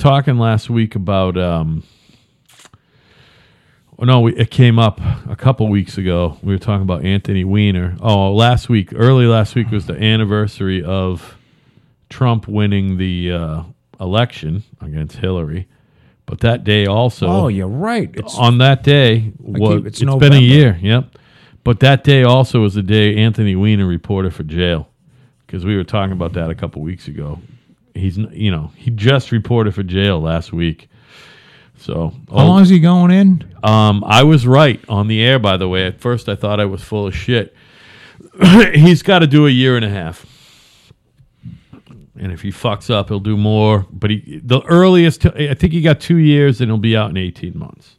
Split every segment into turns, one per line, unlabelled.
talking last week about. Um, oh, no, we, it came up a couple weeks ago. We were talking about Anthony Weiner. Oh, last week, early last week was the anniversary of Trump winning the uh, election against Hillary. But that day also,
Oh, you're right. It's
on that day, was,
it's
it's been
November.
a year. Yep. But that day also was the day Anthony Weiner reported for jail because we were talking about that a couple weeks ago. He's, n- you know, he just reported for jail last week. So, oh,
how long is he going in?
um, I was right on the air, by the way. At first, I thought I was full of shit. He's got to do a year and a half. And if he fucks up, he'll do more. But he, the earliest, I think he got two years and he'll be out in 18 months.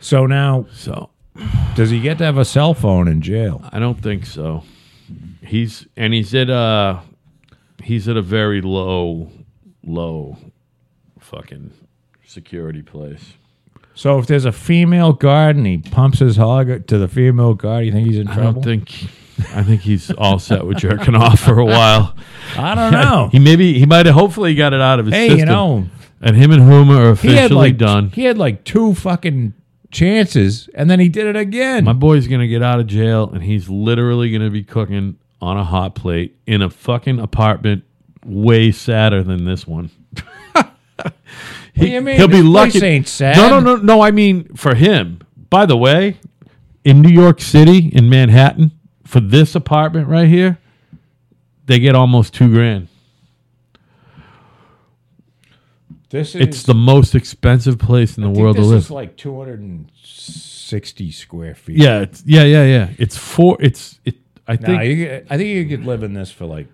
So now,
So
does he get to have a cell phone in jail?
I don't think so. He's, and he's at a, he's at a very low, low fucking security place.
So if there's a female guard and he pumps his hog to the female guard, you think he's in
I don't
trouble?
think, I think he's all set with jerking off for a while.
I don't know.
He maybe he might have hopefully got it out of his
Oh. hey,
system.
you know,
and him and Homer are
he
officially
had like
done.
he had like two fucking chances, and then he did it again.
My boy's gonna get out of jail, and he's literally gonna be cooking on a hot plate in a fucking apartment way sadder than this one. he,
do you mean?
He'll be
This place
lucky.
ain't sad.
No, no, no, no. I mean for him. By the way, in New York City, in Manhattan, for this apartment right here, they get almost two grand.
this is
It's the most expensive place in the
I think
world to
This
live.
is like two hundred and sixty square feet.
Yeah, it's, yeah, yeah, yeah. It's four. It's it. I
Nah,
think
you could- I think you could live in this for like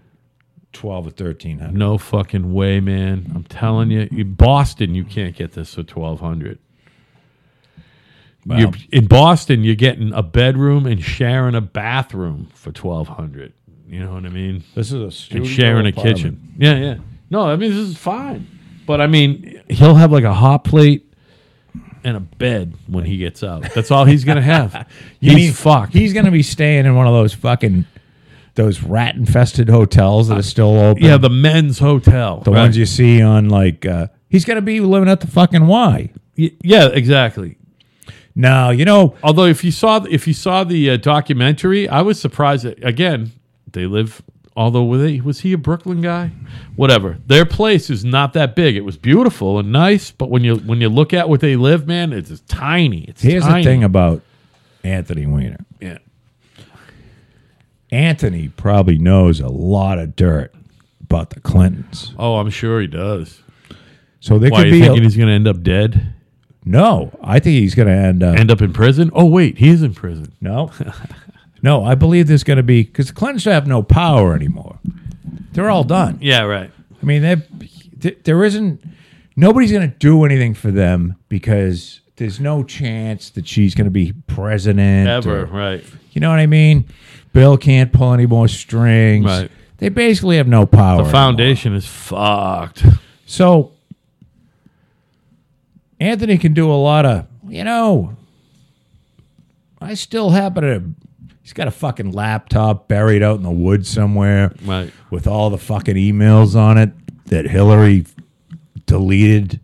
twelve or thirteen hundred.
no fucking way, man. I'm telling you, in Boston, you can't get this for twelve hundred.
Wow.
in Boston, you're getting a bedroom and sharing a bathroom for twelve hundred. You know what I mean?
This is a studio
And sharing a
apartment.
kitchen. Yeah, yeah. No, I mean this is fine. But I mean, he'll have like a hot plate and a bed when he gets out. That's all he's gonna have.
You
he's
mean-
fucked.
He's gonna be staying in one of those fucking those rat infested hotels that are still open.
yeah, the men's hotel.
the ones you see on like. Uh, he's gonna be living at the fucking Y.
Yeah, exactly.
No, you know
Although if you saw if you saw the uh, documentary, I was surprised. That, again, they live. Although were they, was he a Brooklyn guy? Whatever. Their place is not that big. It was beautiful and nice, but when you when you look at what they live, man, it's just tiny. It's
here's
tiny.
the thing about Anthony Weiner.
Yeah.
Anthony probably knows a lot of dirt about the Clintons,
Oh, I'm sure he does.
so there
Why
could
you
be a-
thinking he's going to end up dead?
no. I think he's gonna end up.
End up in prison? Oh wait, he is in prison.
No. no, I believe there's going to be because the Clintons have no power anymore. They're all done.
Yeah, right.
I mean, they're- there isn't, nobody's going to do anything for them because there's no chance that she's going to be president.
Ever
or-
right?
you know what I mean? Bill can't pull any more strings.
Right.
They basically have no power.
The
anymore.
foundation is fucked.
So Anthony can do a lot of, you know, I still happen to. He's got a fucking laptop buried out in the woods somewhere
Right.
with all the fucking emails on it that Hillary deleted.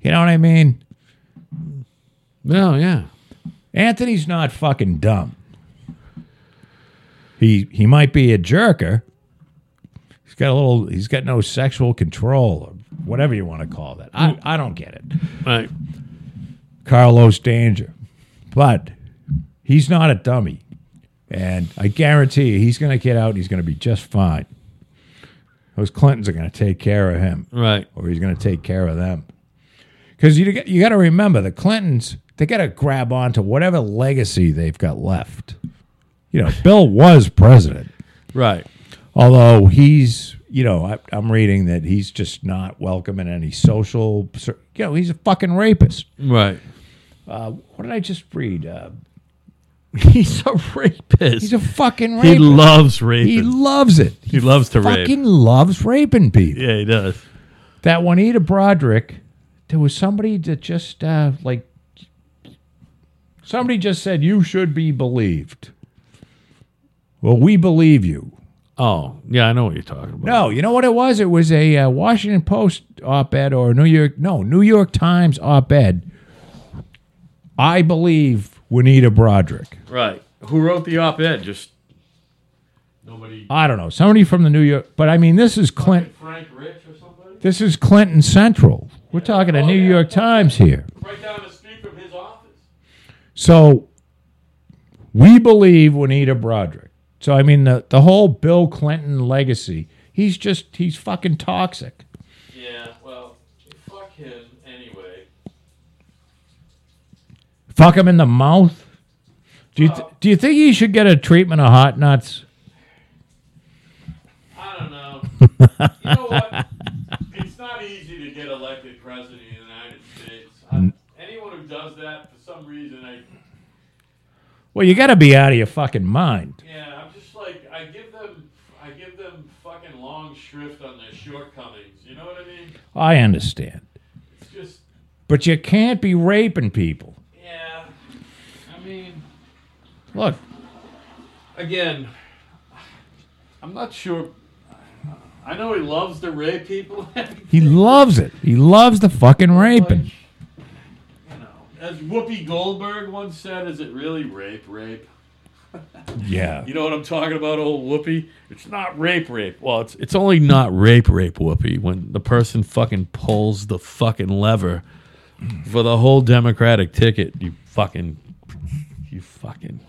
You know what I mean?
No, yeah.
Anthony's not fucking dumb. He he might be a jerker. He's got a little. He's got no sexual control or whatever you want to call that. I I don't get it.
Right.
Carlos Danger, but he's not a dummy, and I guarantee you he's going to get out and he's going to be just fine. Those Clintons are going to take care of him
Right.
or he's going to take care of them. Because you got- you got to remember the Clintons, they got to grab onto whatever legacy they've got left. You know, Bill was president,
Right.
although he's you know I, I'm reading that he's just not welcome in any social. cir- You know, he's a fucking rapist.
Right.
Uh, what did I just read? Uh,
He's a rapist.
he's a fucking
he
rapist.
loves raping.
He loves it.
He loves to rape.
fucking loves raping people.
yeah, he does.
that Juanita Broderick, there was somebody that just uh, like somebody just said you should be believed. Well, we believe you.
Oh, yeah, I know what you're talking about.
No, you know what it was? It was a uh, Washington Post op-ed or New York no New York Times op-ed. I believe Juanita Broderick.
Right. Who wrote the op-ed? Just nobody.
I don't know somebody from the New York, but I mean this is Clint.
Frank Rich or somebody.
This is Clinton Central. We're talking to New York Times here.
Right down the street from his office.
So we believe Juanita Broderick. So I mean the the whole Bill Clinton legacy. He's just he's fucking toxic.
Yeah. Well, fuck him anyway.
Fuck him in the mouth. Do you th- do you think he should get a treatment of hot nuts?
I don't know. you know what? It's not easy to get elected president of the United States. I, anyone who does that, for some reason, I
Well, you got to be out of your fucking mind.
yeah, I'm just like I give them, I give them fucking long shrift on their shortcomings. You know what I mean?
I understand,
It's just
but you can't be raping people.
yeah. I mean,
Look,
again, I'm not sure. I know he loves to rape people.
he loves it. He loves the fucking raping.
Like, you know, as Whoopi Goldberg once said, "Is it really rape? Rape?
Yeah.
You know what I'm talking about, old Whoopi? It's not rape, rape. Well, it's it's only not rape, rape, Whoopi, when the person fucking pulls the fucking lever for the whole Democratic ticket. You fucking, you fucking.